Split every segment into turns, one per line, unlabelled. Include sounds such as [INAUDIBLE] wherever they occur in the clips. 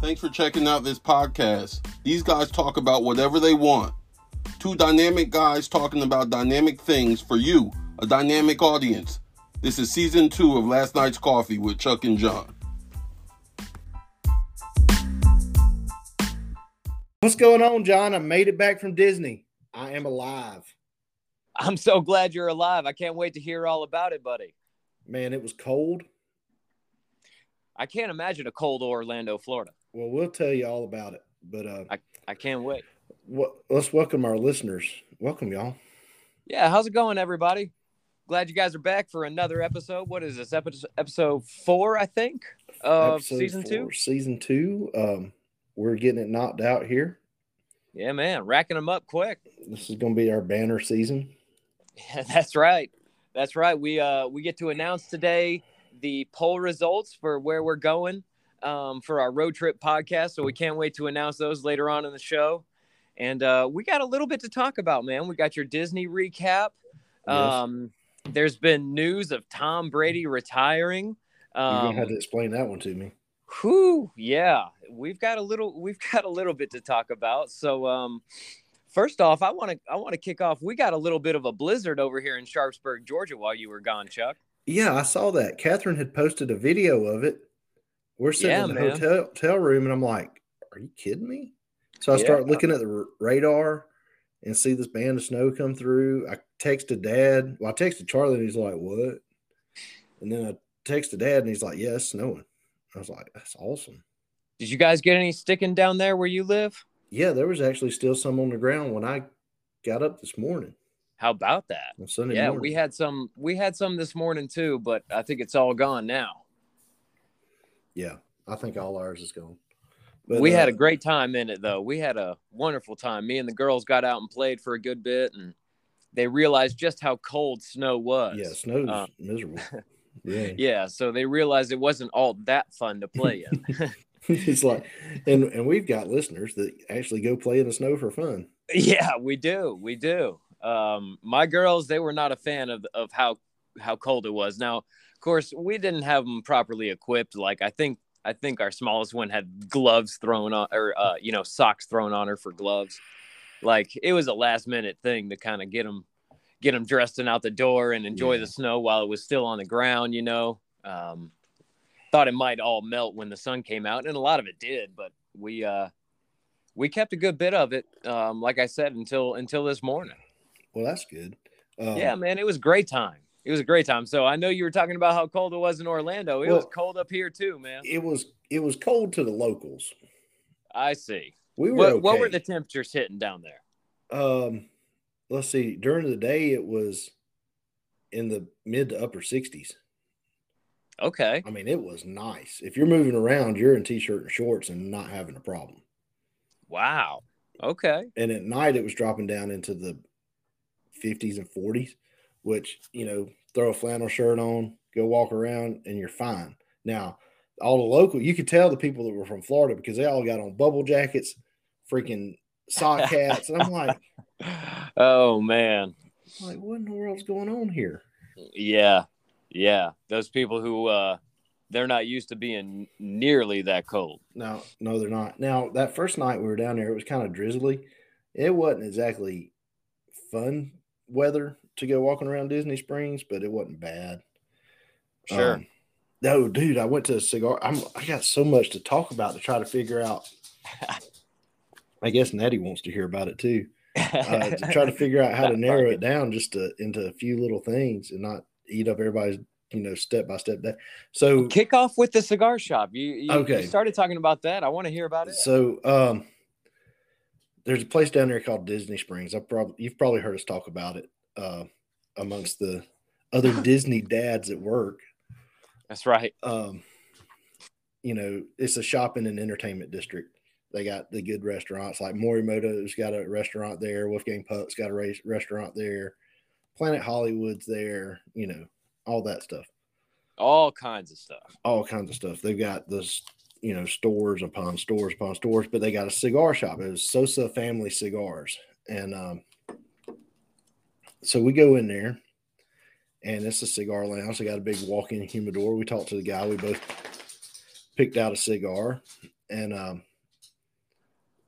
Thanks for checking out this podcast. These guys talk about whatever they want. Two dynamic guys talking about dynamic things for you, a dynamic audience. This is season two of Last Night's Coffee with Chuck and John.
What's going on, John? I made it back from Disney. I am alive.
I'm so glad you're alive. I can't wait to hear all about it, buddy.
Man, it was cold.
I can't imagine a cold Orlando, Florida.
Well, we'll tell you all about it. But uh,
I can't wait.
wha- let's welcome our listeners. Welcome, y'all.
Yeah, how's it going, everybody? Glad you guys are back for another episode. What is this episode? Episode four, I think, of
Episode
season two.
four, Season two. Um, we're getting it knocked out here.
Yeah, man, racking them up quick.
This is going to be our banner season.
Yeah, [LAUGHS] that's right. That's right. We uh we get to announce today the poll results for where we're going um, for our road trip podcast. So we can't wait to announce those later on in the show. And uh, we got a little bit to talk about, man. We got your Disney
Yes.
recap. Um, there's been news of Tom Brady retiring.
You're
Um,
going to have to explain that one to me.
Whew, yeah, we've got a little we've [LAUGHS] got a little bit to talk about. So um first off, I want to I want to kick off. We got a little bit of a blizzard over here in Sharpsburg, Georgia while you were gone, Chuck.
Yeah, I saw that. Catherine had posted a video of it. We're sitting
Yeah,
in the
man.
hotel, hotel room, and I'm like, "Are you kidding me?" So I
Yeah.
start looking at the r- radar and see this band of snow come through. I texted Dad. Well, I texted Charlie, and he's like, "What?" And then I texted Dad, and he's like, "Yeah, it's snowing." I was like, "That's awesome."
Did you guys get any sticking down there where you live?
Yeah, there was actually still some on the ground when I got up this morning
How about that?
on Sunday
Yeah,
morning.
we had some we had some this morning too, but I think it's all gone now.
yeah. I think all ours is gone.
we had a
uh,
great time in it though. We had a wonderful time. Me and the girls got out and played for a good bit and they realized just how cold snow was.
yeah, snow's
uh, [LAUGHS]
miserable. Yeah.
Yeah, so they realized it wasn't all that fun to play in.
[LAUGHS] it's like, and and we've got listeners that actually go play in the snow for fun.
yeah, we do, we do. Um, my girls, they were not a fan of of how how cold it was. Now, of course, we didn't have them properly equipped. Like I think I think our smallest one had gloves thrown on, or uh, you know, socks thrown on her for gloves. Like it was a last minute thing to kind of get them get them dressed and out the door and enjoy
Yeah.
the snow while it was still on the ground. You know, um, thought it might all melt when the sun came out, and a lot of it did, but we uh we kept a good bit of it um like i said until until this morning
Well, that's good. Um,
yeah man it was a great time it was a great time so i know you were talking about how cold it was in orlando it was
Well-
cold up here too man
it was it was cold to the locals.
i see
We were
what,
okay.
what were the temperatures hitting down there
um? Let's see. During the day, it was in the mid to upper sixties.
okay
I mean, it was nice. If you're moving around, you're in t-shirt and shorts and not having a problem.
wow
[SIGHS]
okay
and at night it was dropping down into the 50s and 40s which you know throw a flannel shirt on go walk around and you're fine now all the local you could tell the people that were from florida because they all got on bubble jackets freaking sock hats and i'm like
oh man
like what in the world's going on here
yeah yeah those people who uh they're not used to being nearly that cold
no no they're not now that first night we were down there it was kind of drizzly it wasn't exactly fun weather to go walking around disney springs but it wasn't bad
sure
Um, no, dude, I went to a cigar. I'm I got so much to talk about to try to figure out. I guess Natty wants to hear about it too. Uh, to
[LAUGHS]
try to figure out how to narrow it down just to into a few little things and not eat up everybody's you know step by step. Day. So
kick off with the cigar shop. You, you, you
Okay.
started talking about that. I want to hear about it.
so um, there's a place down there called Disney Springs. I probably you've probably heard us talk about it uh, amongst the other Disney dads at work.
That's right.
um, you know, it's a shopping and entertainment district. They got the good restaurants like Morimoto's got a restaurant there, Wolfgang Puck's got a race, restaurant there, Planet Hollywood's there, you know, all that stuff,
All kinds of stuff.
all kinds of stuff. They've got this, you know, stores upon stores upon stores, but they got a cigar shop. It was Sosa Family Cigars. And um, so we go in there and it's a cigar lounge. They got a big walk in humidor. We talked to the guy, we both picked out a cigar and um,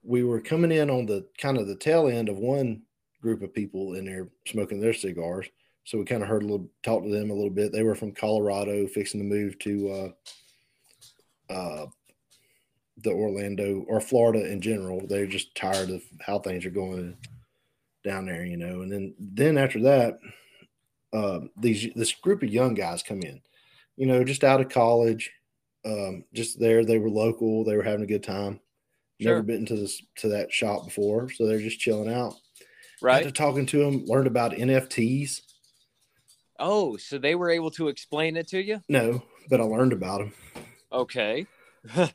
we were coming in on the kind of the tail end of one group of people in there smoking their cigars. So we kind of heard a little, talked to them a little bit. They were from Colorado, fixing to move to uh, uh, the Orlando or Florida in general. They're just tired of how things are going down there, you know. And then, then after that, uh, these this group of young guys come in, you know, just out of college, um, just there. They were local. They were having a good time.
Sure.
Never been to this to that shop before, so they're just chilling out. Got
right?
to talking to them, learned about NFTs.
Oh, so they were able to explain it to you?
No, but I learned about them.
Okay. you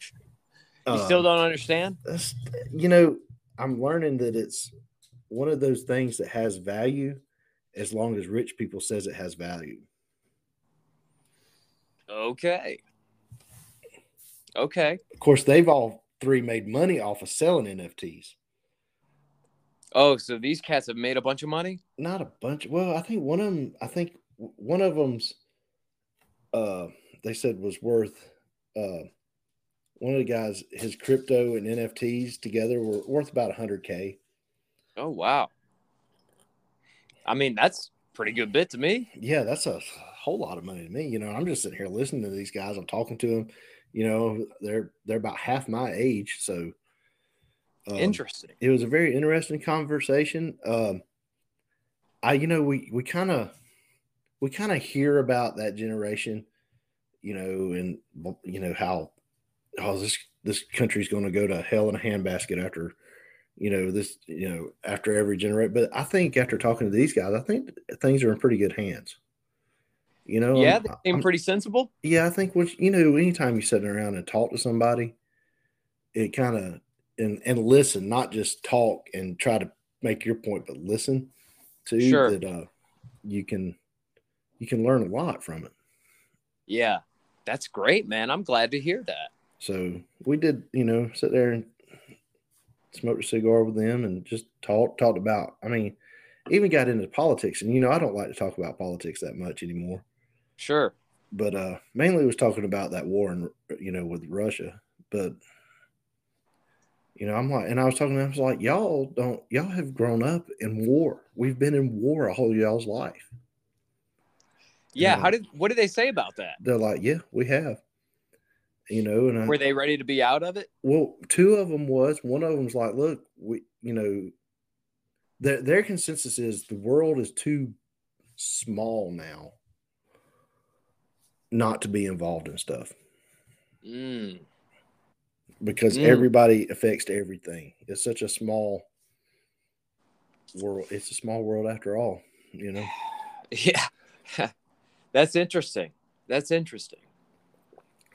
Uh.
still don't understand?
that's you know i'm learning that it's one of those things that has value as long as rich people says it has value
Okay. Okay.
of course they've all three made money off of selling nfts
Oh, so these cats have made a bunch of money?
not a bunch well i think one of them i think w- one of them's uh they said was worth uh one of the guys his crypto and nfts together were worth about 100k
Oh, wow. I mean, that's pretty good bit to me.
yeah, that's a whole lot of money to me. You know, I'm just sitting here listening to these guys. I'm talking to them. You know, they're they're about half my age, so um,
Interesting.
It was a very interesting conversation. Um, I, you know, we we kind of we kind of hear about that generation, you know, and you know how oh this this country's going to go to hell in a handbasket after you know this you know after every generation. But I think after talking to these guys, I think things are in pretty good hands. You know,
yeah,
I'm-
they
um,
seem
I'm-
pretty sensible.
yeah, I think what you know, anytime you sit around and talk to somebody, it kind of and and listen, not just talk and try to make your point, but listen to
Sure.
that uh, you can you can learn a lot from it.
Yeah, that's great, man. I'm glad to hear that.
So we did, you know, sit there and smoked a cigar with them and just talked talked about. I mean, even got into politics, and you know, I don't like to talk about politics that much anymore.
Sure.
But uh, mainly was talking about that war and you know with Russia, but You know, I'm like, and I was talking to him, I was like, y'all don't, y'all have grown up in war. We've been in war a whole y'all's life.
Yeah.
Yeah.
How did what did they say about that?
They're like, yeah, we have. You know, and I,
Were they ready to be out of it?
well, two of them was, one of them's like, look, we, you know, their, their consensus is the world is too small now not to be involved in stuff
Mm,
because
Mm.
everybody affects everything. It's such a small world. It's a small world after all, you know.
yeah. [LAUGHS] that's interesting. That's interesting.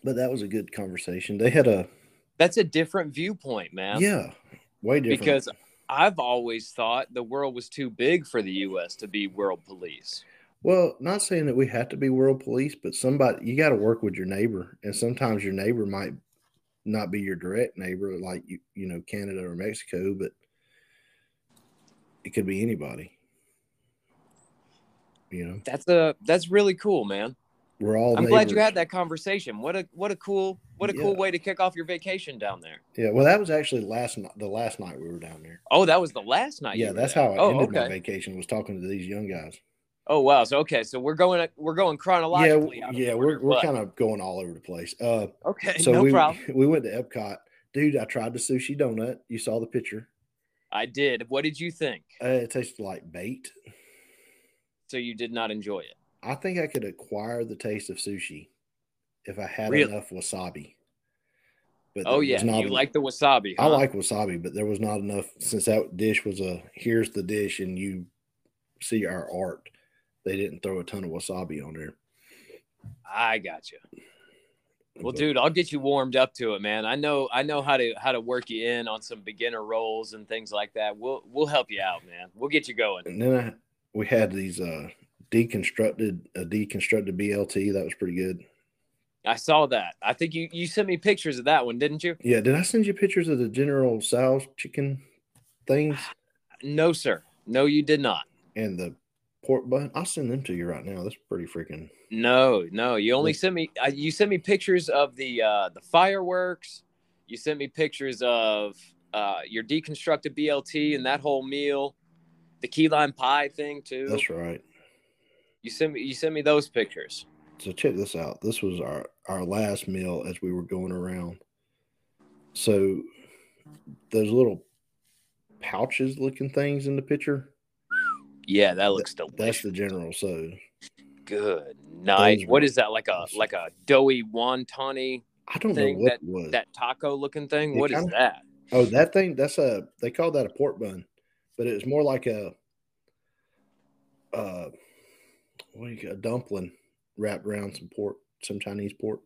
but that was a good conversation. They had a
That's a different viewpoint, man.
yeah, way different
Because I've always thought the world was too big for the US to be world police.
well, not saying that we have to be world police, but somebody you got to work with your neighbor, and sometimes your neighbor might not be your direct neighbor, like you you know Canada or Mexico, but it could be anybody. You know,
That's a that's really cool, man.
we're all.
I'm glad you
neighbors.
had that conversation. What a what a cool what a cool
Yeah.
way to kick off your vacation down there.
Yeah, well, that was actually last night. The last night we were down there.
Oh, that was the last night. you
yeah,
were
that's
there.
how I
oh,
ended my
okay.
vacation. Was talking to these young guys.
Oh wow. So okay, so we're going we're going
yeah,
chronologically.
w-
out of
yeah, we're
order,
we're
but-
kind of going all over the place. Uh,
[LAUGHS] okay.
so
no
we
problem.
[LAUGHS] we went to Epcot, dude. I tried the sushi donut. You saw the picture.
I did. What did you think?
Uh, it tasted like bait.
So you did not enjoy it.
I think I could acquire the taste of sushi if I had
Really?
enough wasabi. But there
Oh
was
yeah,
not
you
en-
like the wasabi.
I
huh?
like wasabi, but there was not enough since that dish was a here's the dish and you see our art. They didn't throw a ton of wasabi on there.
I got you. Well,
But-
dude, I'll get you warmed up to it, man. I know, I know how to how to work you in on some beginner rolls and things like that. We'll we'll help you out, man. We'll get you going.
And then I, we had these uh deconstructed a deconstructed BLT that was pretty good.
I saw that. I think you you sent me pictures of that one, didn't you?
Yeah, did I send you pictures of the General Sal's chicken things
No, sir. No, you did not.
and the pork bun? I'll send them to you right now. That's pretty freaking.
No, no. You only sent me uh, you sent me pictures of the uh, the fireworks. You sent me pictures of uh, your deconstructed BLT and that whole meal, the key lime pie thing too.
That's right.
You sent me you sent me those pictures.
So check this out. This was our our last meal as we were going around. So those little pouches looking things in the picture.
Yeah, that looks
That's
delicious.
the general. So
Good night.
Those
What
were
is that like a
delicious.
like a doughy wontani
I don't
Thing
know what it was.
that taco looking thing?
It
What is
kinda-
that?
Oh, that thing. That's a they call that a pork bun, but it was more like a uh, what do you a dumpling wrapped around some pork, some Chinese pork.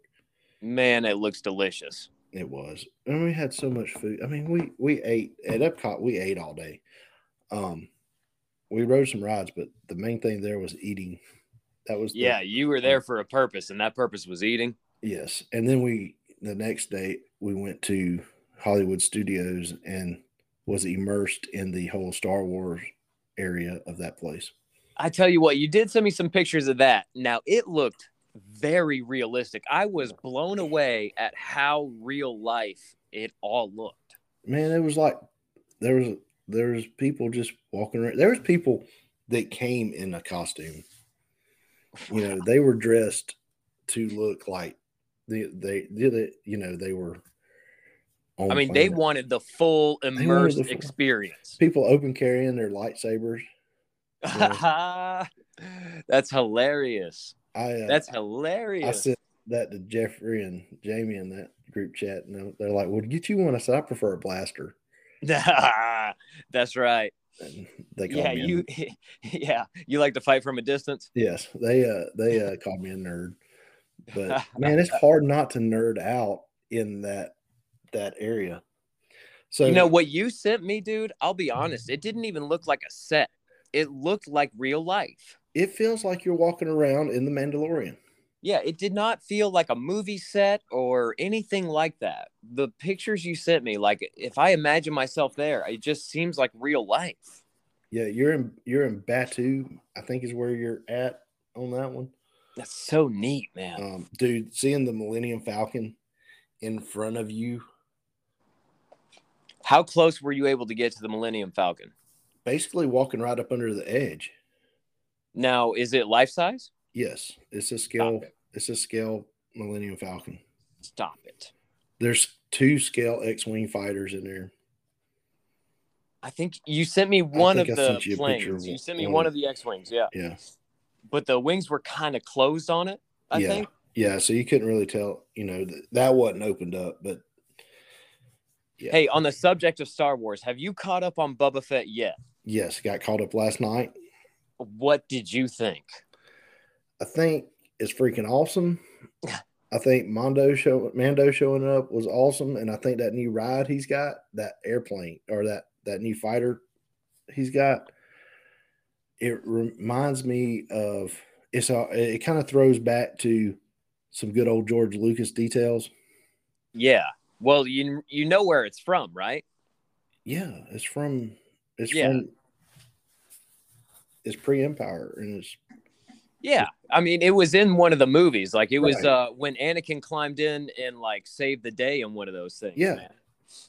Man, it looks delicious.
It was. And we had so much food. I mean, we we ate at Epcot. We ate all day. Um, we rode some rides, but the main thing there was eating. That was the-
Yeah, you were there for a purpose, and that purpose was eating.
Yes. And then we the next day we went to Hollywood Studios and was immersed in the whole Star Wars area of that place.
I tell you what, you did send me some pictures of that. Now it looked very realistic. I was blown away at how real life it all looked.
Man, it was like there was there was people just walking around. There was people that came in a costume. You know, they were dressed to look like they they did it, you know, they were on
I mean, they
planet.
wanted the full
the
immersed
full-
experience.
people open carrying their lightsabers.
[LAUGHS] That's hilarious.
I uh,
That's
I
hilarious.
sent that to Jeffrey and Jamie in that group chat, and they're- they're like, "Well, get you one." I said, "I prefer a blaster."
[LAUGHS] That's right.
And they called
Yeah,
me a-
you. [LAUGHS] Yeah, you like to fight from a distance.
yes, they uh, they uh, called me a nerd,
[LAUGHS]
but man, it's hard not to nerd out in that that area. So
you know what you sent me, dude? I'll be honest. It didn't even look like a set. It looked like real life.
it feels like you're walking around in the Mandalorian.
Yeah, it did not feel like a movie set or anything like that. The pictures you sent me, like if I imagine myself there, it just seems like real life.
Yeah, you're in you're in Batu, I think is where you're at on that one.
That's so neat, man.
um, dude, seeing the Millennium Falcon in front of you,
How close were you able to get to the Millennium Falcon?
basically walking right up under the edge.
Now, is it life size?
Yes, it's a scale. It's a scale Millennium Falcon.
Stop it.
There's two scale X-wing fighters in there.
I think you sent me one of
think I
the
sent you a
planes.
picture of
You sent me
one.
one of the X Wings, yeah.
Yeah,
But the wings were kind of closed on it, I
yeah,
think.
yeah. So you couldn't really tell. You know th- that wasn't opened up, but Yeah.
Hey, on the subject of Star Wars, have you caught up on Boba Fett yet?
yes, got called up last night.
What did you think?
I think it's freaking awesome. I think Mondo show Mando showing up was awesome, and I think that new ride he's got, that airplane or that that new fighter he's got, it reminds me of it's a, it kind of throws back to some good old George Lucas details.
Yeah. Well, you you know where it's from, right?
Yeah, it's from it's
Yeah.
from it's pre Empire and it's
Yeah. I mean, it was in one of the movies. Like it was
Right.
uh when Anakin climbed in and like saved the day in one of those things.
Yeah.
man.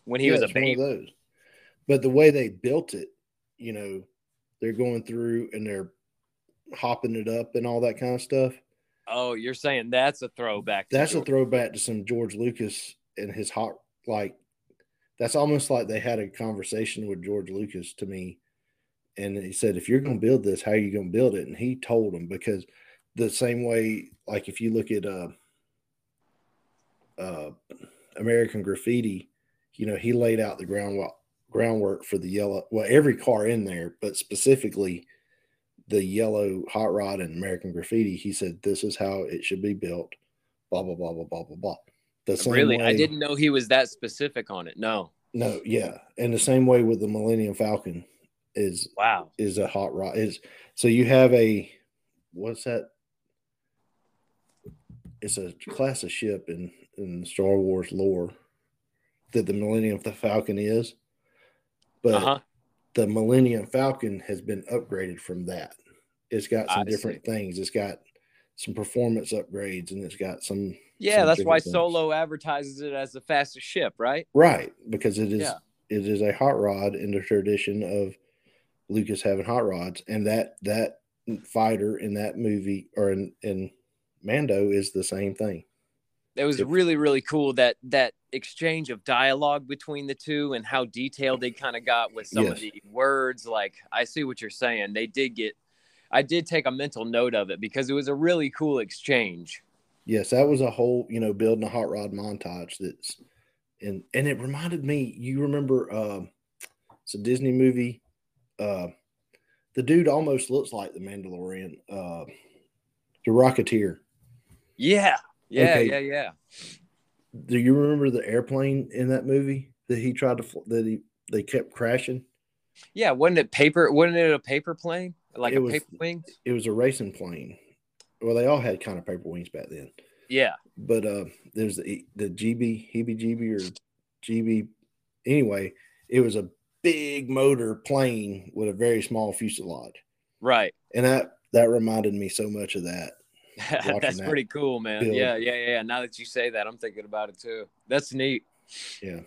When he was
Yeah,
a
it's one of
baby.
those. But the way they built it, you know, they're going through and they're hopping it up and all that kind of stuff.
Oh, you're saying that's a throwback. to
That's a
George.
throwback to some George Lucas and his hot like that's almost like they had a conversation with George Lucas to me. And he said, if you're gonna build this, how are you gonna build it? And he told him because the same way, like if you look at uh uh American graffiti, you know, he laid out the groundwork groundwork for the yellow well, every car in there, but specifically the yellow hot rod and American graffiti, he said this is how it should be built, blah blah blah blah blah blah blah. The same
really. I
way-
didn't know he was that specific on it. No.
no, yeah, and the same way with the Millennium Falcon is
Wow.
is a hot rod is so you have a what's that? It's a class of ship in in Star Wars lore that the Millennium Falcon is, but
Uh huh.
the Millennium Falcon has been upgraded from that. It's got some
I
different things. It's got some performance upgrades, and it's got some
Yeah,
Some
that's
bigger
why
things.
Solo advertises it as the fastest ship, right?
Right, because it is
Yeah.
it is a hot rod in the tradition of Lucas having hot rods, and that that fighter in that movie or in in Mando is the same thing.
It was
Yep.
really, really cool that that exchange of dialogue between the two and how detailed they kind of got with some of
Yes.
the words. Like, I see what you're saying. They did get, I did take a mental note of it because it was a really cool exchange.
Yes, that was a whole you know building a hot rod montage that's and and it reminded me. You remember um, it's a Disney movie. Uh, the dude almost looks like the Mandalorian, uh, the Rocketeer.
Yeah, yeah,
Okay.
yeah, yeah.
Do you remember the airplane in that movie that he tried to fl- that he they kept crashing?
Yeah, wasn't it paper? Wasn't it a paper plane? Like
It
a
was-
paper wing?
It was a racing plane. Well, they all had kind of paper wings back then,
Yeah,
but uh, there's the the GB heebie GB or GB. Anyway, it was a big motor plane with a very small fuselage,
right. [LAUGHS]
and that that reminded me so much of that. Watching
That's
that
pretty cool, man.
build.
Yeah, yeah, yeah. Now that you say that, I'm thinking about it too. That's neat.
Yeah.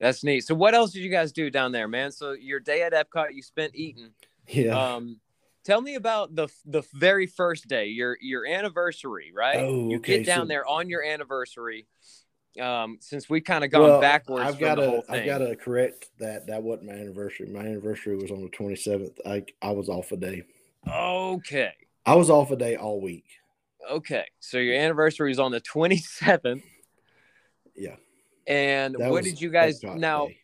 That's neat. So what else did you guys do down there, man? So your day at Epcot, you spent eating.
Yeah.
Um tell me about the the very first day, your your anniversary, right?
Oh,
you
okay,
get down
so-
there on your anniversary. Um since we kind of gone
Well,
backwards
I've
from
got
the whole
to
thing.
I've got to correct that. That wasn't my anniversary. My anniversary was on the 27th. I I was off a day.
Okay.
I was off a day all week.
Okay. So your anniversary is on the 27th.
Yeah.
And
That
what
was
did you guys
Epcot
now
Day.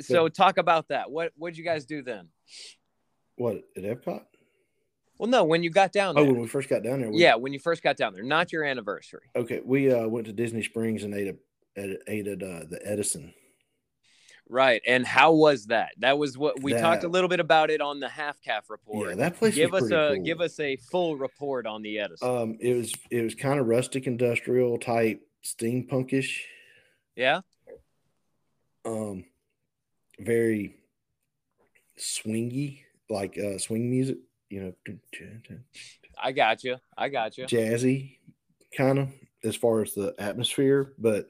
so talk about that. What what did you guys do then?
What at Epcot?
Well, no, when you got down
Oh,
there.
when we first got down there, we,
yeah, when you first got down there, not your anniversary.
Okay, we uh, went to Disney Springs and ate a, at ate at uh, the Edison.
Right. And how was that? That was what we talked a
That-
little bit about it on the half calf report.
Yeah, that place.
give
was
us
pretty
a
cool.
give us a full report on the Edison.
Um, it was it was kind of rustic industrial type steampunkish.
yeah.
Um, very swingy, like uh, swing music. You know, dun- dun- dun-
I got you. I got you.
jazzy kind of as far as the atmosphere but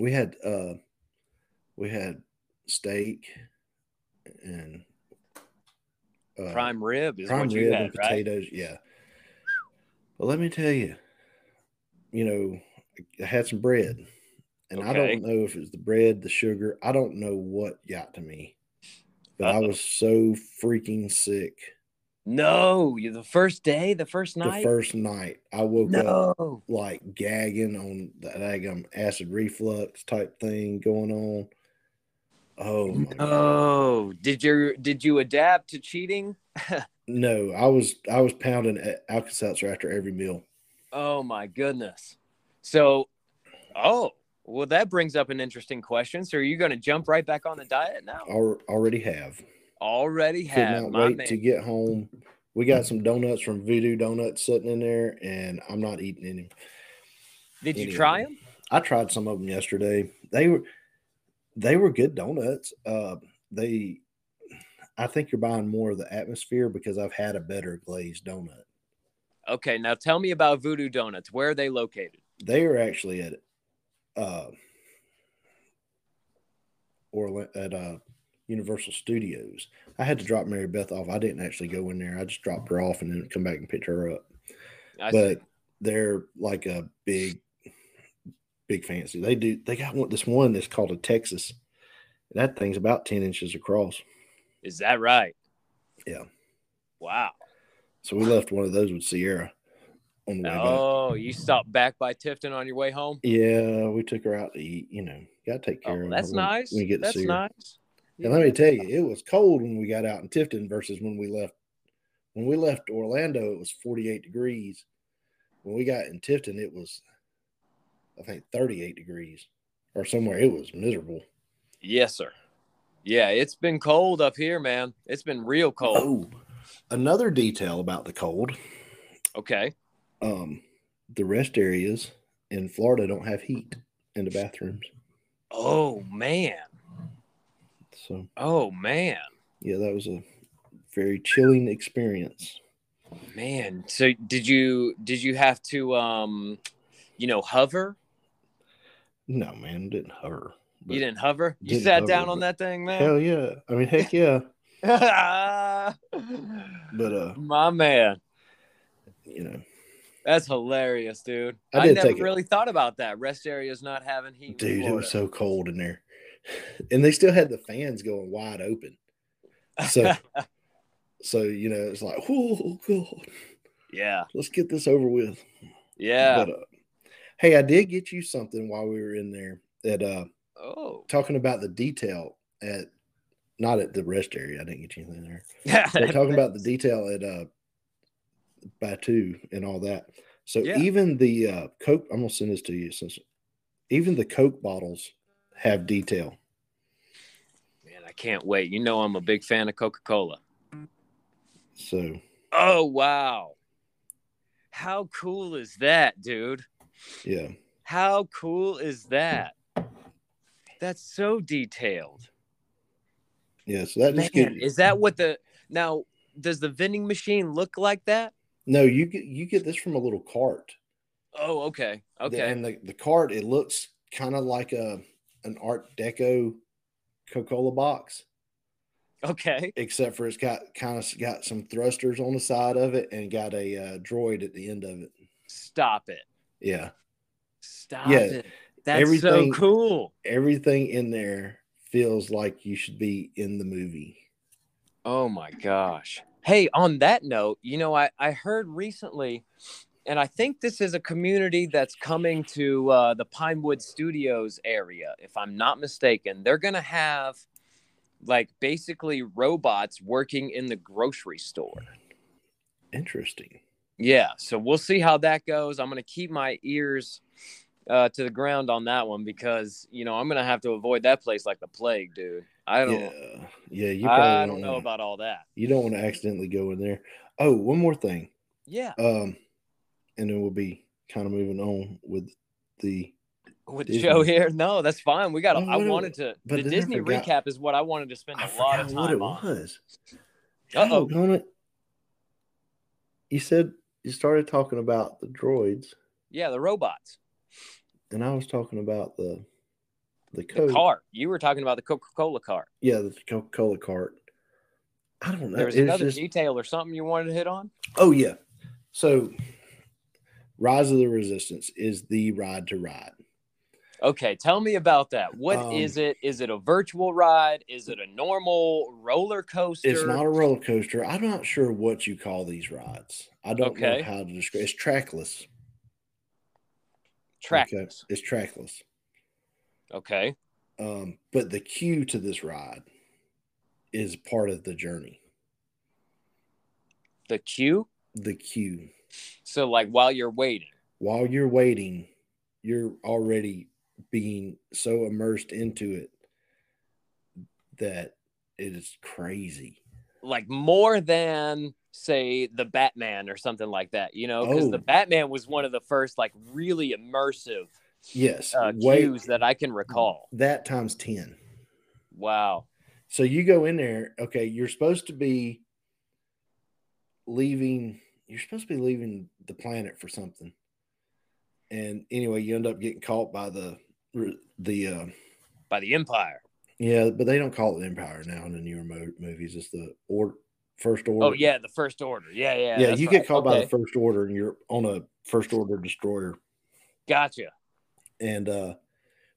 we had uh we had steak and uh,
prime rib is
prime
what you
rib
had,
and
right?
potatoes yeah but let me tell you you know i had some bread and i
Okay.
don't know if it's the bread the sugar i don't know what got to me but i
Uh-oh.
was so freaking sick
No, you the first day, the first night.
the first night i woke up
no.
like gagging on that like um, acid reflux type thing going on. Oh my God.
Oh, did you did you adapt to cheating?
no! I was I was pounding Alka Seltzer after every meal.
Oh my goodness. So, oh, well, that brings up an interesting question. So, are you going to jump right back on the diet now?
Al- already have.
Already
Could
have
not
my
wait
man.
to get home. We got some donuts from Voodoo Donuts sitting in there, and I'm not eating any.
Did you
Anyway.
try them?
I tried some of them yesterday. They were they were good donuts. Uh, they I think you're buying more of the atmosphere because I've had a better glazed donut.
Okay, now tell me about Voodoo Donuts. Where are they located?
they are actually at uh Orla- at uh Universal Studios. I had to drop Mary Beth off. I didn't actually go in there. I just dropped her off and then come back and pick her up.
I
but
see.
they're like a big big fancy. They do they got one this one that's called a Texas. That thing's about 10 inches across.
Is that right?
Yeah.
Wow.
So we left one of those with Sierra on the way back.
Oh, you stopped back by Tifton on your way home?
Yeah, we took her out to eat, you know. Gotta take care of
Oh,
her
that's
when-
nice.
When you get to
that's
see her.
nice.
And let me tell you, it was cold when we got out in Tifton versus when we left. When we left Orlando, it was 48 degrees. When we got in Tifton, it was, I think, 38 degrees or somewhere. It was miserable.
Yes, sir. Yeah, it's been cold up here, man. It's been real cold.
Oh, [COUGHS] another detail about the cold Oh.
Okay.
um, the rest areas in Florida don't have heat in the bathrooms.
Oh, man.
So,
Oh, man.
yeah, that was a very chilling experience.
Man, so did you did you have to um you know, hover.
No, man, didn't hover. but-
you didn't hover. You
didn't
sat
hover,
down on
but-
that thing, man.
Hell yeah. I mean, heck yeah.
[LAUGHS]
[LAUGHS] But uh,
My man,
you know,
that's hilarious, dude.
I
I,
did
never
take it.
really thought about that. Rest areas not having heat. in
dude, it
Florida.
was so cold in there, [LAUGHS] and they still had the fans going wide open. [LAUGHS] So, so you know, it's like, oh god,
yeah,
let's get this over with.
yeah.
But, uh, hey, I did get you something while we were in there at uh, [LAUGHS]
oh, [LAUGHS]
talking about the detail at not at the rest area. I didn't get you anything there.
yeah.
But talking about
[LAUGHS]
the detail at uh, Batu and all that. So
Yeah.
even the uh, Coke, I'm gonna send this to you since even the Coke bottles have detail.
Man, I can't wait. You know, I'm a big fan of Coca Cola.
So
Oh wow, how cool is that, dude?
yeah,
How cool is that? That's so detailed.
yeah. So that
Man,
just gives
is that what the now does the vending machine look like that?
no. You get you get this from a little cart.
Oh, okay.
The-
Okay.
and the, the cart it looks kind of like a an Art Deco Coca Cola box,
[LAUGHS] okay.
except for it's got kind of got some thrusters on the side of it and got a uh, droid at the end of it.
Stop it.
Yeah.
Stop
Yeah,
it. That's
everything-
so cool.
everything in there feels like you should be in the movie.
Oh my gosh. Hey, on that note, you know, I, I heard recently, and I think this is a community that's coming to uh, the Pinewood Studios area, if I'm not mistaken. They're going to have like basically robots working in the grocery store.
Interesting.
Yeah, so we'll see how that goes. I'm going to keep my ears uh, to the ground on that one because you know I'm going to have to avoid that place like the plague, dude. I don't,
yeah, yeah. You probably
I don't know
wanna-
about all that.
You don't want to accidentally go in there. Oh, one more thing.
Yeah,
Um, and then we'll be kind of moving on with the.
with
Disney.
the show here, no, that's fine. We got. to
Oh,
I
what-
wanted to.
but
The
then I
Disney
forgot-
recap is what I wanted to spend a lot of
what it
time on.
was.
Uh oh.
Doggone it. You said you started talking about the droids,
Yeah, the robots,
and I was talking about the the,
the
Coke.
car. You were talking about the Coca-Cola car.
Yeah, the Coca Cola cart. I don't know.
There was
It's
another
just-
detail or something you wanted to hit on.
Oh yeah. So Rise of the Resistance is the ride to ride.
Okay, tell me about that. What is
Um,
it? Is it a virtual ride? Is it a normal roller coaster?
It's not a roller coaster. I'm not sure what you call these rides. I don't
Okay.
know how to describe it's trackless.
track.
Okay? It's trackless.
Okay.
Um, but the cue to this ride is part of the journey.
The queue.
The cue.
So like while you're waiting.
While you're waiting, you're already being so immersed into it that it is crazy.
Like more than say the Batman or something like that, you know, because
Oh.
the Batman was one of the first like really immersive
Yes.
uh,
way-
cues that I can recall.
that times 10.
Wow.
So you go in there, okay, you're supposed to be leaving you're supposed to be leaving the planet for something. And anyway, you end up getting caught by the the uh,
By the Empire.
yeah, but they don't call it the Empire now in the newer mo- movies. It's the order, first order.
Oh yeah, the First Order. Yeah, yeah.
yeah.
that's
you
right.
get caught by
Okay,
the first order, and you're on a first order destroyer.
Gotcha.
and uh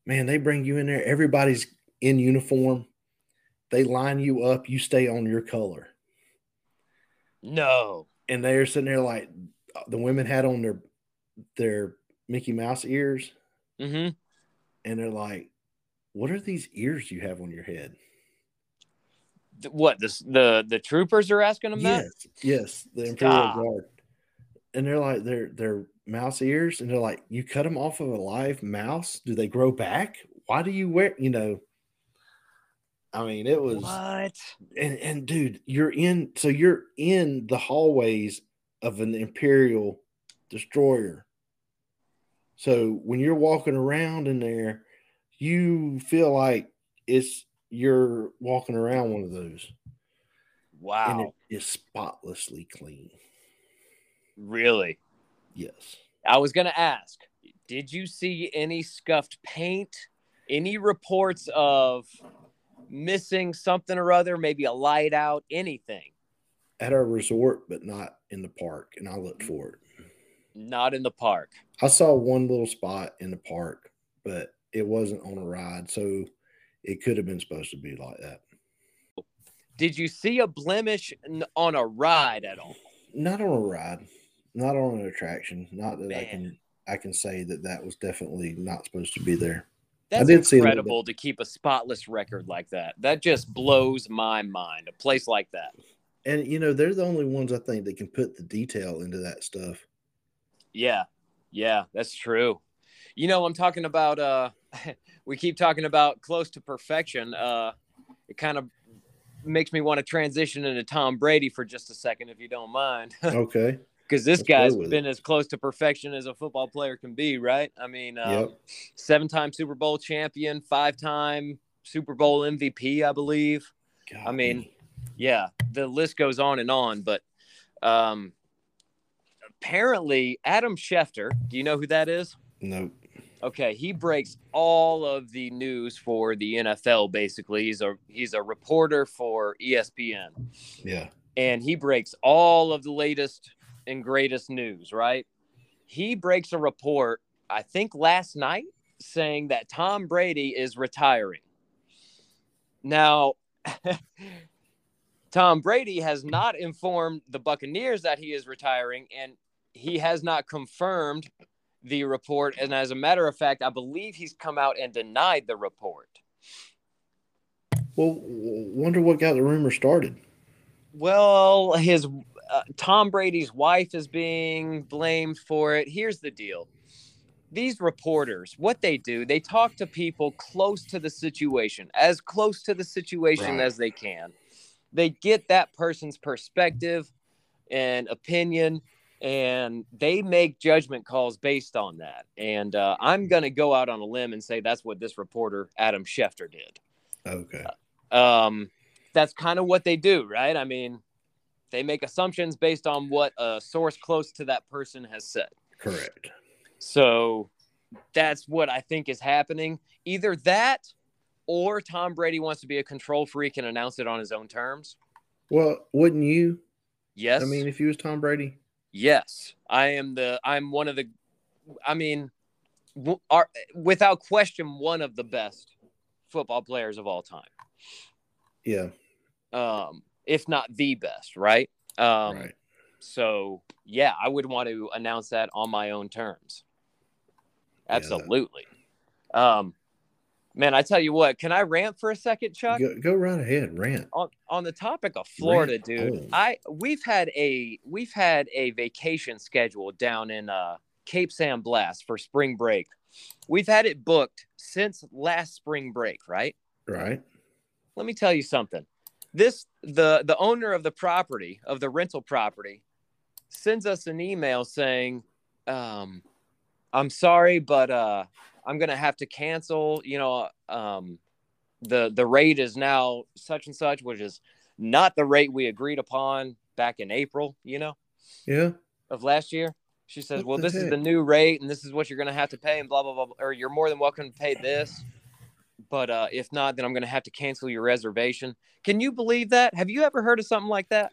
man they bring you in there everybody's in uniform they line you up you stay on your color
No.
and they're sitting there like the women had on their their mickey mouse ears
Mm-hmm.
and they're like what are these ears you have on your head
What the the the troopers are asking them that?
yes yes the imperial
Stop.
guard and they're like they're they're mouse ears and they're like you cut them off of a live mouse do they grow back why do you wear you know i mean it was
What?
and and dude, you're in so you're in the hallways of an imperial destroyer. So when you're walking around in there, you feel like it's you're walking around one of those, and
Wow.
it is spotlessly clean.
Really?
Yes,
I was gonna ask. did you see any scuffed paint? Any reports of missing something or other? Maybe a light out? Anything?
at our resort, but not in the park. And I looked for it.
Not in the park.
I saw one little spot in the park, but it wasn't on a ride. So it could have been supposed to be like that.
Did you see a blemish n- on a ride at all?
Not on a ride, not on an attraction. Not that I
Man.
can. I can say that that was definitely not supposed to be there.
That's
did see a little
incredible to keep a spotless record like that. That just blows my mind. A place like that.
And you know, they're the only ones I think that can put the detail into that stuff.
[LAUGHS] Yeah. Yeah, that's true. You know, I'm talking about uh [LAUGHS] we keep talking about close to perfection. Uh it kind of makes me want to transition into Tom Brady for just a second if you don't mind. [LAUGHS]
Okay.
Because this
Let's go
guy's
with it.
been as close to perfection as a football player can be, right? I mean, uh,
yep.
seven-time Super Bowl champion, five-time Super Bowl MVP, I believe.
God,
I mean, yeah, the list goes on and on. But um, apparently, Adam Schefter, do you know who that is?
nope.
Okay, he breaks all of the news for the NFL. Basically, he's a he's a reporter for E ESPN
Yeah.
and he breaks all of the latest and greatest news, right? He breaks a report, I think last night, saying that Tom Brady is retiring. Now, [LAUGHS] Tom Brady has not informed the Buccaneers that he is retiring, and he has not confirmed the report. And as a matter of fact, I believe he's come out and denied the report.
Well, w- wonder what got the rumor started.
Well, his uh, Tom Brady's wife is being blamed for it. Here's the deal. These reporters, what they do, they talk to people close to the situation, as close to the situation
Right.
as they can. They get that person's perspective and opinion, and they make judgment calls based on that. And uh, I'm going to go out on a limb and say that's what this reporter, Adam Schefter, did
Okay.
um, that's kind of what they do, right? I mean, they make assumptions based on what a source close to that person has said.
Correct.
So that's what I think is happening. Either that or Tom Brady wants to be a control freak and announce it on his own terms.
Well, wouldn't you?
Yes.
I mean, if you was Tom Brady,
yes. I am the, I'm one of the, I mean, w- are, without question, one of the best football players of all time,
yeah,
um, if not the best, right? Um,
right.
So yeah, I would want to announce that on my own terms.
Yeah, that-
Absolutely. Um, man, I tell you what, can I rant for a second, Chuck?
Go, go right ahead, rant.
On on the topic of Florida,
Rant
dude,
on.
I we've had a we've had a vacation scheduled down in uh, Cape San Blas for spring break. We've had it booked since last spring break, right?
Right.
let me tell you something. This the the owner of the property of the rental property sends us an email saying, um, "I'm sorry, but uh, I'm gonna have to cancel. You know, um, the the rate is now such and such, which is not the rate we agreed upon back in April. You know,
Yeah.
of last year." She says,
What
"Well,
the
this is the
heck?
new rate, and this is what you're gonna have to pay, and blah blah blah. blah, Or you're more than welcome to pay this." but uh, if not, then I'm going to have to cancel your reservation. Can you believe that? Have you ever heard of something like that?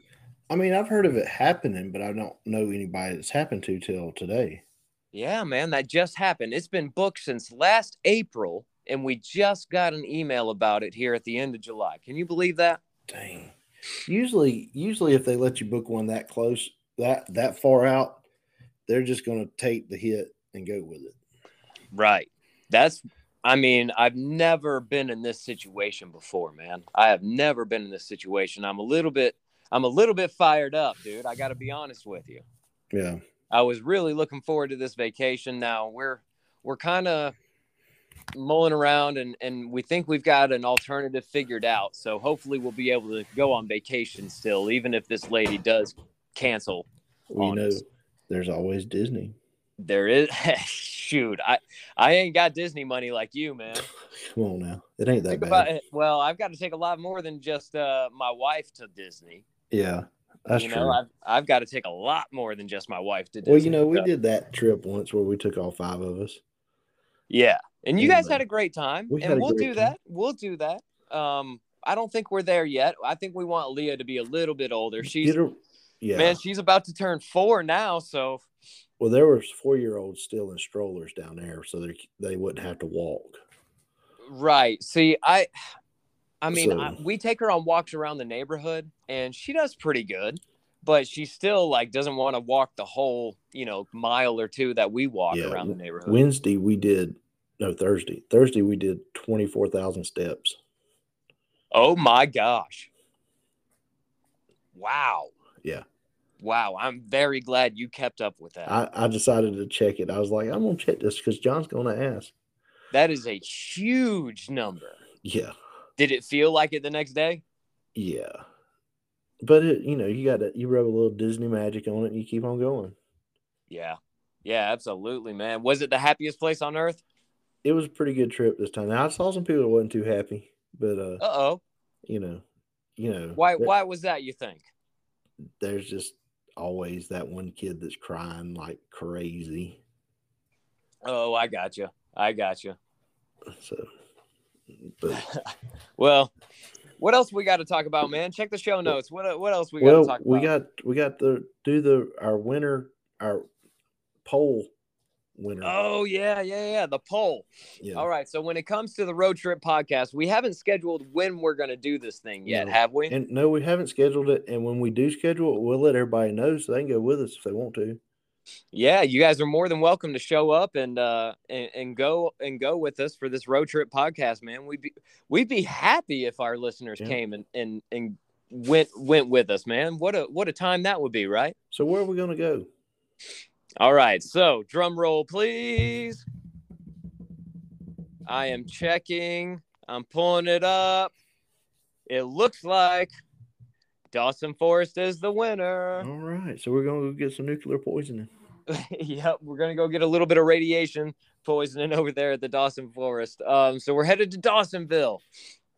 I mean, I've heard of it happening, but I don't know anybody that's happened to till today.
Yeah, man, that just happened. It's been booked since last April, and we just got an email about it here at the end of July. Can you believe that?
Dang. Usually, usually if they let you book one that close, that that far out, they're just going to take the hit and go with it.
Right. That's, I mean, I've never been in this situation before, man. I have never been in this situation. I'm a little bit, I'm a little bit fired up, dude. I got to be honest with you.
Yeah.
I was really looking forward to this vacation. Now we're we're kind of mulling around and and we think we've got an alternative figured out. So hopefully we'll be able to go on vacation still, even if this lady does cancel.
We
Honest.
know there's always Disney.
There is [LAUGHS] shoot, I I ain't got Disney money like you, man.
Come on now, it ain't that
Think
bad.
about it. Well, I've got to take a lot more than just uh, my wife to Disney.
Yeah, that's
you
true.
know, I've I've got to take a lot more than just my wife to Disney.
well, you know, we
So-
did that trip once where we took all five of us.
Yeah. And you
Yeah,
guys
man.
had a great time.
We had
and
a
we'll
great
do
time.
that. We'll do that. Um, I don't think we're there yet. I think we want Leah to be a little bit older. She's
Get her- yeah.
man, she's about to turn four now, so
Well, there was four year olds still in strollers down there, so they they wouldn't have to walk.
right. See, I I mean, I,
So-
we take her on walks around the neighborhood and she does pretty good, but she still like doesn't want to walk the whole, you know, mile or two that we walk
Yeah,
around the neighborhood.
Wednesday we did no Thursday. Thursday we did twenty four thousand steps.
Oh my gosh. Wow.
Yeah.
Wow. I'm very glad you kept up with that.
I, I decided to check it. I was like, I'm gonna check this because John's gonna ask.
that is a huge number.
Yeah,
Did it feel like it the next day?
yeah. But it, you know, you got to you rub a little Disney magic on it, and you keep on going.
Yeah. Yeah, absolutely, man. Was it the happiest place on earth?
It was a pretty good trip this time. Now, I saw some people that wasn't too happy, but uh,
Uh oh.
you know, you know,
Why
there-
why was that you think?
there's just always that one kid that's crying like crazy.
Oh, I gotcha. I gotcha.
So, but
[LAUGHS] Well, what else we got to talk about, man? Check the show notes. What what else [SIGHS] we got
well,
to talk about?
we got we got the do the our winner our poll winner.
Oh yeah, yeah, yeah. The poll.
yeah.
All right. So when it comes to the road trip podcast, we haven't scheduled when we're going to do this thing yet,
No.
have we?
And no, we haven't scheduled it. And when we do schedule it, we'll let everybody know so they can go with us if they want to.
yeah, you guys are more than welcome to show up and uh and, and go and go with us for this road trip podcast, man. We'd be we'd be happy if our listeners
Yeah.
came and and and went went with us, man. What a what a time that would be, right?
So where are we gonna go?
All right. So drum roll, please. I am checking. I'm pulling it up. It looks like Dawson Forest is the winner.
All right. So we're gonna go get some nuclear poisoning.
[LAUGHS] yep, we're gonna go get a little bit of radiation poisoning over there at the Dawson Forest. Um, so we're headed to Dawsonville.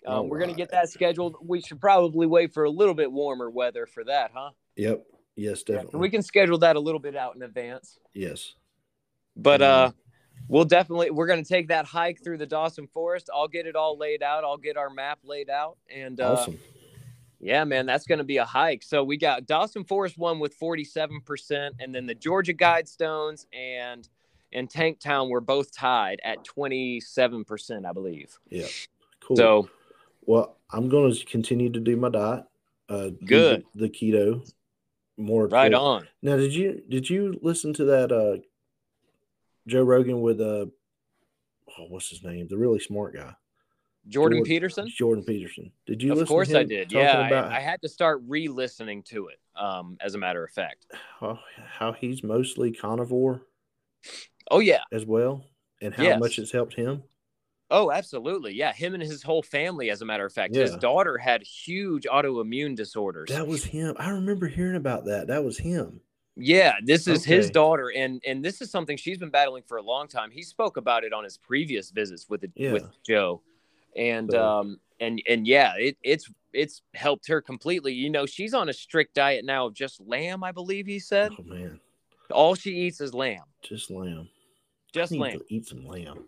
Um, we're gonna get that scheduled. We should probably wait for a little bit warmer weather for that, huh?
Yep. Yes, definitely.
We can schedule that a little bit out in advance.
yes.
But
Yeah.
uh we'll definitely we're gonna take that hike through the Dawson Forest. I'll get it all laid out. I'll get our map laid out. And uh
awesome.
yeah, man, that's gonna be a hike. So we got Dawson Forest one with forty seven percent, and then the Georgia Guidestones and and Tank Town were both tied at twenty seven percent, I believe.
Cool.
So
well, I'm gonna continue to do my diet. Uh do the-
Good.
The, keto. More
right
fit.
on.
Now did you did you listen to that uh Joe Rogan with uh oh, what's his name? The really smart guy.
Jordan
Jordan-
Peterson?
Jordan Peterson. Did you
Of
listen to
course I
him
did.
talking
Yeah. I-
about
I, had to start re listening to it, um, as a matter of fact.
how, how he's mostly carnivore
Oh yeah.
as well and how
Yes.
much it's helped him.
Oh, absolutely. Yeah, him and his whole family, as a matter of fact. His
Yeah.
daughter had huge autoimmune disorders.
That was him. I remember hearing about that. That was him.
yeah, this is his
Okay.
daughter, and and this is something she's been battling for a long time. He spoke about it on his previous visits with the, with
Yeah.
Joe, and
So-
um and and yeah, it it's it's helped her completely. You know, she's on a strict diet now of just lamb. I believe he said
Oh man,
all she eats is lamb,
just lamb.
just
I need
lamb. [LAUGHS]
to eat some lamb.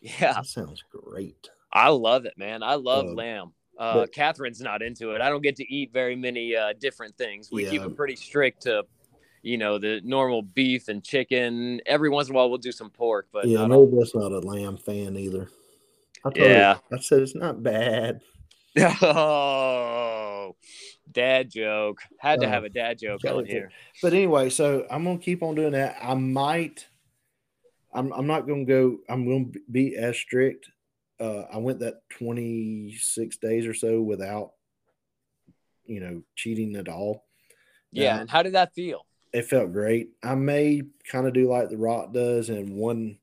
Yeah,
That sounds great.
I love it, man. I love
Um,
lamb. Uh,
but-
Catherine's not into it. I don't get to eat very many uh, different things. We keep
Yeah.
it pretty strict to, you know, the normal beef and chicken. Every once in a while, we'll do some pork, but
yeah,
not
no, that's not a lamb fan either. I told
Yeah.
her, I said it's not bad.
all- [LAUGHS] oh, dad joke. Had to
Oh,
have a dad joke
gotta
on
do-
here.
But anyway, so I'm gonna keep on doing that. I might. I'm. I'm not gonna go. I'm gonna be as strict. Uh, I went that 26 days or so without, you know, cheating at all.
Yeah,
Yeah.
and how did that feel?
It felt great. I may kind of do like the Rock does, and one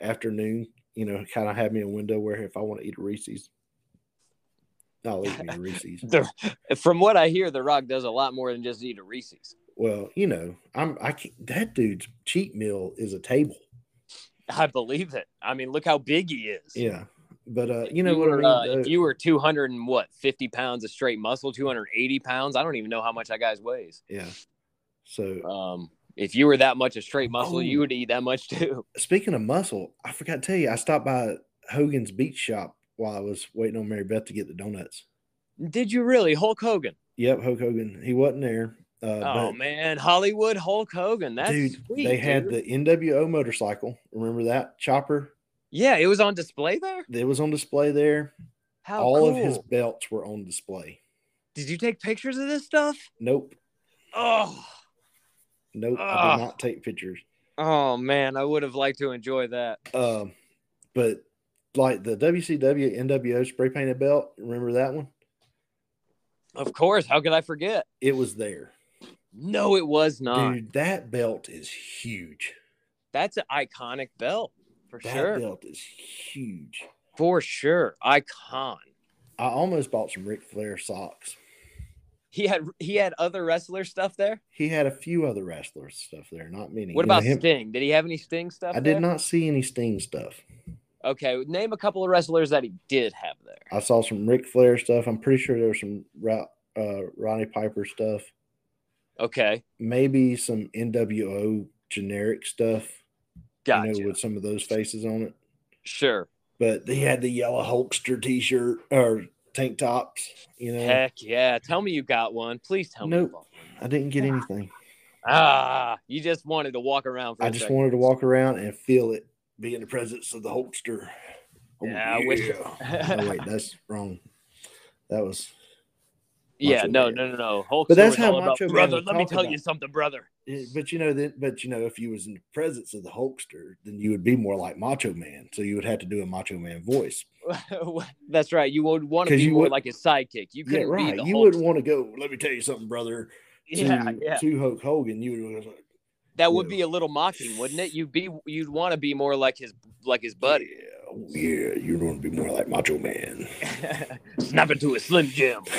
afternoon, you know, kind of have me a window where if I want to eat a Reese's, I'll eat me a Reese's.
[LAUGHS] The, from what I hear, The Rock does a lot more than just eat a Reese's.
Well, you know, I'm. I can't, that dude's cheat meal is a table.
I believe it. I mean, look how big he is.
Yeah, but uh,
If
you know what
were,
I mean.
uh,
though?
if you were 200 and what 50 pounds of straight muscle 280 pounds i don't even know how much that guy's weighs
yeah. So uh,
um if you were that much a straight muscle, you
Oh.
would eat that much [LAUGHS] too.
Speaking of muscle, I forgot to tell you, I stopped by Hogan's Beach Shop while I was waiting on Mary Beth to get the donuts.
Did you really, Hulk Hogan?
Yep, Hulk Hogan. He wasn't there. Uh,
oh man, Hollywood Hulk Hogan. That's
dude,
sweet,
they had
dude.
the NWO motorcycle. Remember that chopper?
yeah. It was on display there.
It was on display there.
How
All
Oh, cool.
of his belts were on display.
Did you take pictures of this stuff?
Nope,
Oh,
nope. I
Ugh.
did not take pictures.
oh man, I would have liked to enjoy that.
Um, but like the WCW NWO spray painted belt. Remember that one?
Of course. How could I forget?
It was there.
No, it was not.
Dude, that belt is huge.
That's an iconic belt for
That
sure.
belt is huge.
For sure, icon.
I almost bought some Ric Flair socks.
He had he had other wrestler stuff there.
He had a few other wrestlers stuff there, not many.
What
You know,
about
him?
Sting? Did he have any Sting stuff?
I
there?
did not see any Sting stuff.
Okay, name a couple of wrestlers that he did have there.
I saw some Ric Flair stuff. I'm pretty sure there was some Ra- uh, Ronnie Piper stuff,
Okay,
maybe some NWO generic stuff.
gotcha.
You know, with some of those faces on it.
sure.
But they had the yellow Hulkster T-shirt or tank tops. You know,
Heck yeah! Tell me you got one. Please tell me. you
Nope.
bought one.
I didn't get anything.
Ah, you just wanted to walk around. For
I
a
just
second.
wanted to
[LAUGHS]
walk around and feel it, be in the presence of the holster.
Yeah, I wish-
oh,
[LAUGHS]
wait, that's wrong. That was
yeah,
Macho
no,
Man.
no, no, no. Hulk
But
Hogan
that's
was
how
all about,
Macho Man
brother.
would
Let me
talk
tell
about
you
it.
something, brother. [LAUGHS]
it- eh, but you know that but you know if you was in the presence of the Hulkster, then you would be more like Macho Man. So you would have to do a Macho Man voice.
that's right. You would want to
'Cause
be
you
more
would-
like his sidekick. You
Yeah,
couldn't
right.
be the
You
Hulk.
wouldn't want to go, let me tell you something, brother. To,
[LAUGHS] yeah, yeah.
to Hulk Hogan, you would go like,
That would
Yeah.
be a little mocking, wouldn't it? You'd be you'd want to be more like his like his buddy.
Yeah, oh, yeah, you're gonna be more like Macho Man.
[LAUGHS] Snap into a slim jim. [LAUGHS]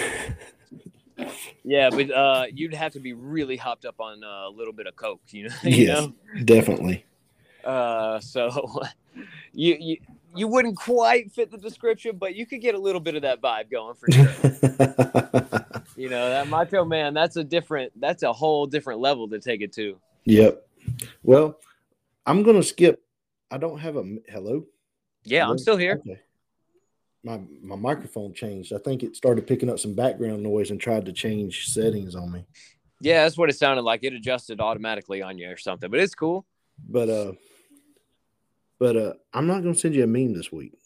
yeah, but uh, you'd have to be really hopped up on uh, a little bit of coke, you know. [LAUGHS] you
Yes. Definitely. [LAUGHS]
know? Uh, so [LAUGHS] you, you you wouldn't quite fit the description, but you could get a little bit of that vibe going for [LAUGHS] sure. you know that macho man. That's a different. That's a whole different level to take it to.
Yep. Well, I'm gonna skip. I don't have a m- hello.
Yeah, I'm
Right.
still here.
Okay. My my microphone changed. I think it started picking up some background noise and tried to change settings on me.
Yeah, that's what it sounded like. It adjusted automatically on you or something, but it's cool.
But uh, but uh, I'm not gonna send you a meme this week.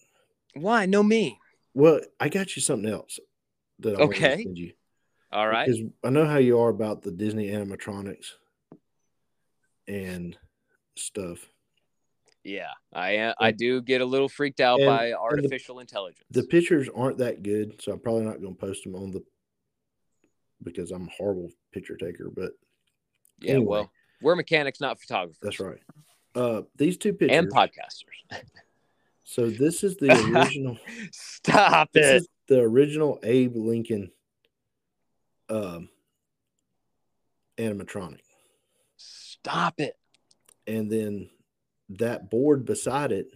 Why? No me.
Well, I got you something else that I wanted to
Okay.
send you.
All right.
Because I know how you are about the Disney animatronics and stuff.
Yeah, I am. I do get a little freaked out
And-
by
and the-
artificial intelligence.
The pictures aren't that good, so I'm probably not going to post them on the because I'm a horrible picture taker. But
yeah,
anyway.
well, we're mechanics, not photographers.
that's right. Uh, these two pictures.
And podcasters. [LAUGHS]
so this is the original.
Stop
this
it.
is the original Abe Lincoln um, animatronic,
Stop it.
and then that board beside it.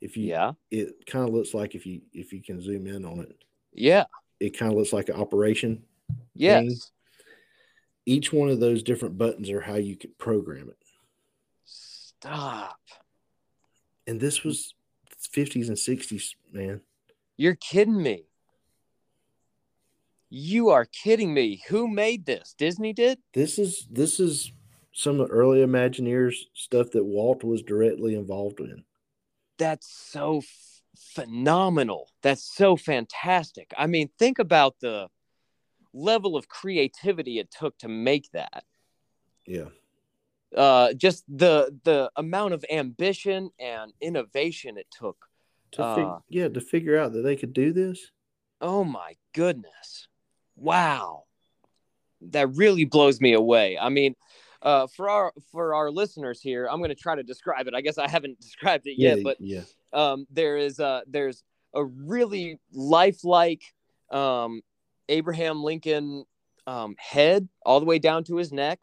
If you,
Yeah.
it kind of looks like if you if you can zoom in on it,
Yeah.
it kind of looks like an operation.
Yes.
Each one of those different buttons are how you could program it.
Stop.
and this was 50s and 60s man
You're kidding me. You are kidding me. Who made this? Disney did?
this is this is some of the early imagineers stuff that walt was directly involved in
that's so f- phenomenal. That's so fantastic. I mean, think about the level of creativity it took to make that.
yeah
Uh, just the the amount of ambition and innovation it took.
to
Ah.
fig- yeah to figure out that they could do this
Oh my goodness! Wow, that really blows me away. I mean, uh, for our for our listeners here, I'm going to try to describe it. I guess I haven't [LAUGHS] described it yet, but
yeah
um, there is a, there's a really lifelike um, Abraham Lincoln um, head all the way down to his neck,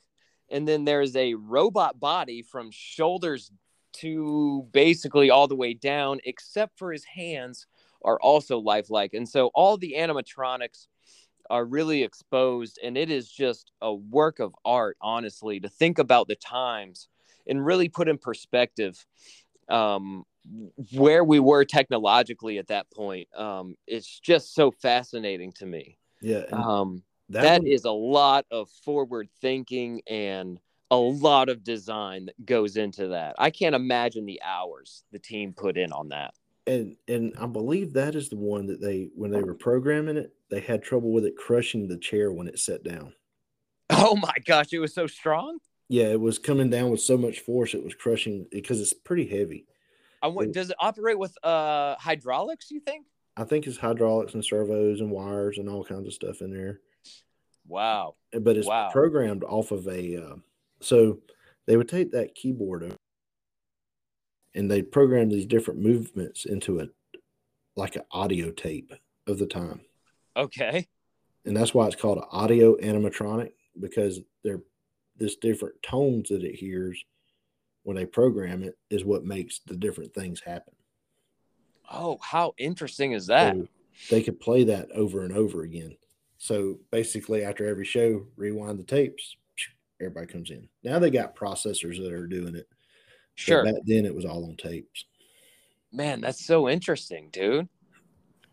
and then there's a robot body from shoulders to basically all the way down, except for his hands are also lifelike, and so all the animatronics are really exposed and it is just a work of art honestly to think about the times and really put in perspective um, where we were technologically at that point um, it's just so fascinating to me
Yeah. and
um,
that
that
one-
is a lot of forward thinking and a lot of design that goes into that i can't imagine the hours the team put in on that [LAUGHS]
and and I believe that is the one that they when they were programming it, they had trouble with it crushing the chair when it set down.
oh my gosh it was so strong
Yeah, it was coming down with so much force it was crushing because it's pretty heavy.
I want,
It-
does it operate with uh hydraulics? You think?
I think it's hydraulics and servos and wires and all kinds of stuff in there.
Wow.
but it's
Wow.
programmed off of a uh, so they would take that keyboard over and they program these different movements into a like an audio tape of the time
Okay.
and that's why it's called an audio animatronic because they're this different tones that it hears when they program it is what makes the different things happen
Oh, how interesting is that?
So they could play that over and over again. So basically, after every show, rewind the tapes. Everybody comes in. Now they got processors that are doing it. but
sure.
Back then, it was all on tapes.
Man, that's so interesting, dude.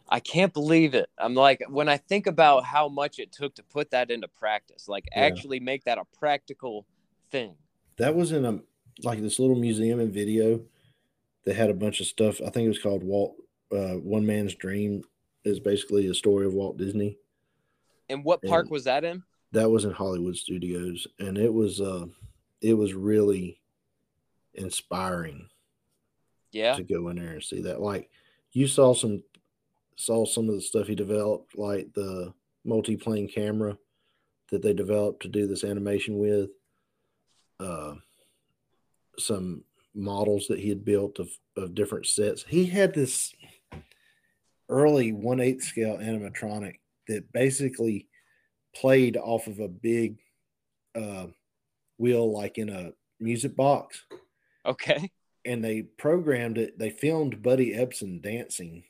I can't believe it. I'm like, when I think about how much it took to put that into practice, like
Yeah.
actually make that a practical thing.
That was in a like this little museum and video. They had a bunch of stuff. I think it was called Walt uh, One Man's Dream. Is basically a story of Walt Disney.
And what park
Yeah.
was that in?
That was in Hollywood Studios, and it was uh, it was really inspiring
Yeah.
to go in there and see that. Like you saw some saw some of the stuff he developed, like the multi-plane camera that they developed to do this animation with. Uh, some models that he had built of of different sets. He had this early one eighth scale animatronic that basically played off of a big uh, wheel, like in a music box
Okay. [LAUGHS]
and they programmed it. They filmed Buddy Epson dancing,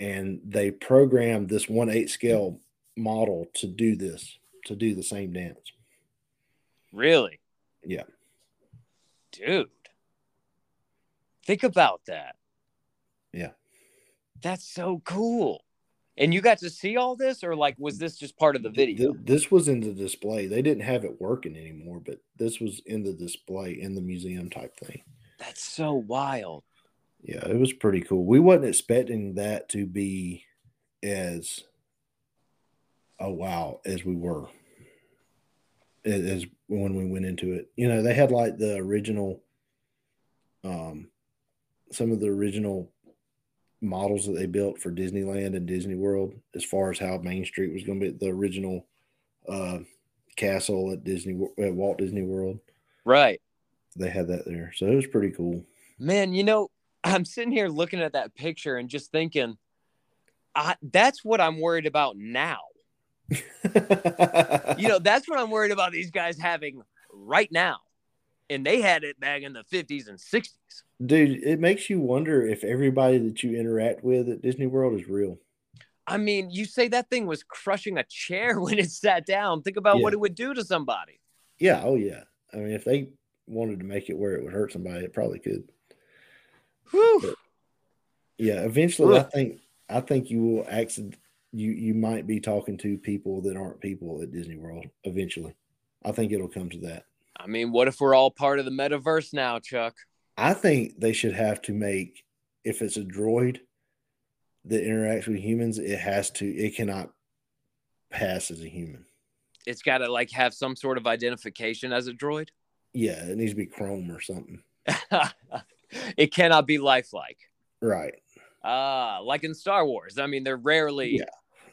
and they programmed this one eight scale model to do this, to do the same dance.
Really?
Yeah.
Dude. Think about that.
Yeah.
That's so cool. And you got to see all this, or like, was this just part of the video?
Th- this was in the display. They didn't have it working anymore, but this was in the display in the museum type thing.
That's so wild.
Yeah, it was pretty cool. We wasn't expecting that to be as oh wow as we were as, as when we went into it. You know, they had like the original, um, some of the original models that they built for Disneyland and Disney World, as far as how Main Street was going to be the original uh, castle at Disney Wo- at Walt Disney World.
Right.
They had that there, so it was pretty cool. [LAUGHS]
Man, you know, [LAUGHS] I'm sitting here looking at that picture and just thinking, I, that's what I'm worried about now. You know, that's what I'm worried about these guys having right now. And they had it back in the 50s and 60s.
Dude, it makes you wonder if everybody that you interact with at Disney World is real.
I mean, you say that thing was crushing a chair [LAUGHS] when it sat down. Think about what
Yeah.
it would do to somebody.
Yeah, oh yeah. I mean, if they wanted to make it where it would hurt somebody, it probably could.
Whew.
Yeah, eventually I
Ugh.
think I think you will accident you you might be talking to people that aren't people at Disney World eventually. I think it'll come to that.
I mean, what if we're all part of the metaverse now, Chuck?
I think they should have to make if it's a droid that interacts with humans, it has to it cannot pass as a human.
It's got to like have some sort of identification as a droid. [LAUGHS]
Yeah, it needs to be Chrome or something.
it cannot be lifelike.
Right.
Ah, like in Star Wars. I mean, they're rarely,
Yeah.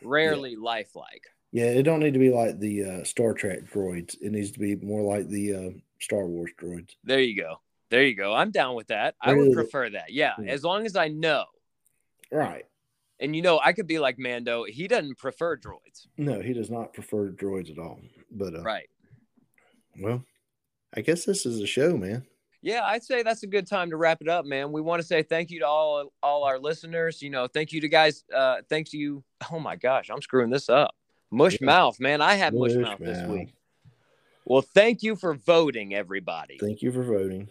rarely lifelike.
Yeah, it don't need to be like the uh, Star Trek droids. It needs to be more like the uh, Star Wars droids.
There you go. There you go. I'm down with that. I
Really?
would prefer that. Yeah,
Yeah.
as long as I know.
Right.
And you know, I could be like Mando. He doesn't prefer droids.
No, he does not prefer droids at all. But uh,
Right.
well, I guess this is a show, man.
Yeah, I'd say that's a good time to wrap it up, man. We want to say thank you to all all our listeners. You know, thank you to guys. Uh, thanks to you. Oh my gosh, I'm screwing this up. Mush
Yeah.
mouth, man. I had mush,
Mush
mouth this
mouth.
week. Well, thank you for voting, everybody.
Thank you for voting.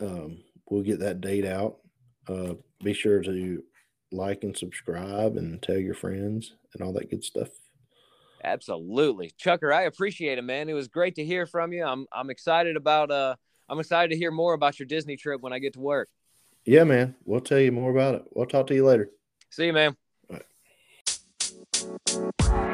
Um, we'll get that date out. Uh, be sure to like and subscribe and tell your friends and all that good stuff.
Absolutely, Chucker. I appreciate it, man. It was great to hear from you. I'm I'm excited about uh I'm excited to hear more about your Disney trip when I get to work.
Yeah, man. We'll tell you more about it. We'll talk to you later.
See you, man.
Right.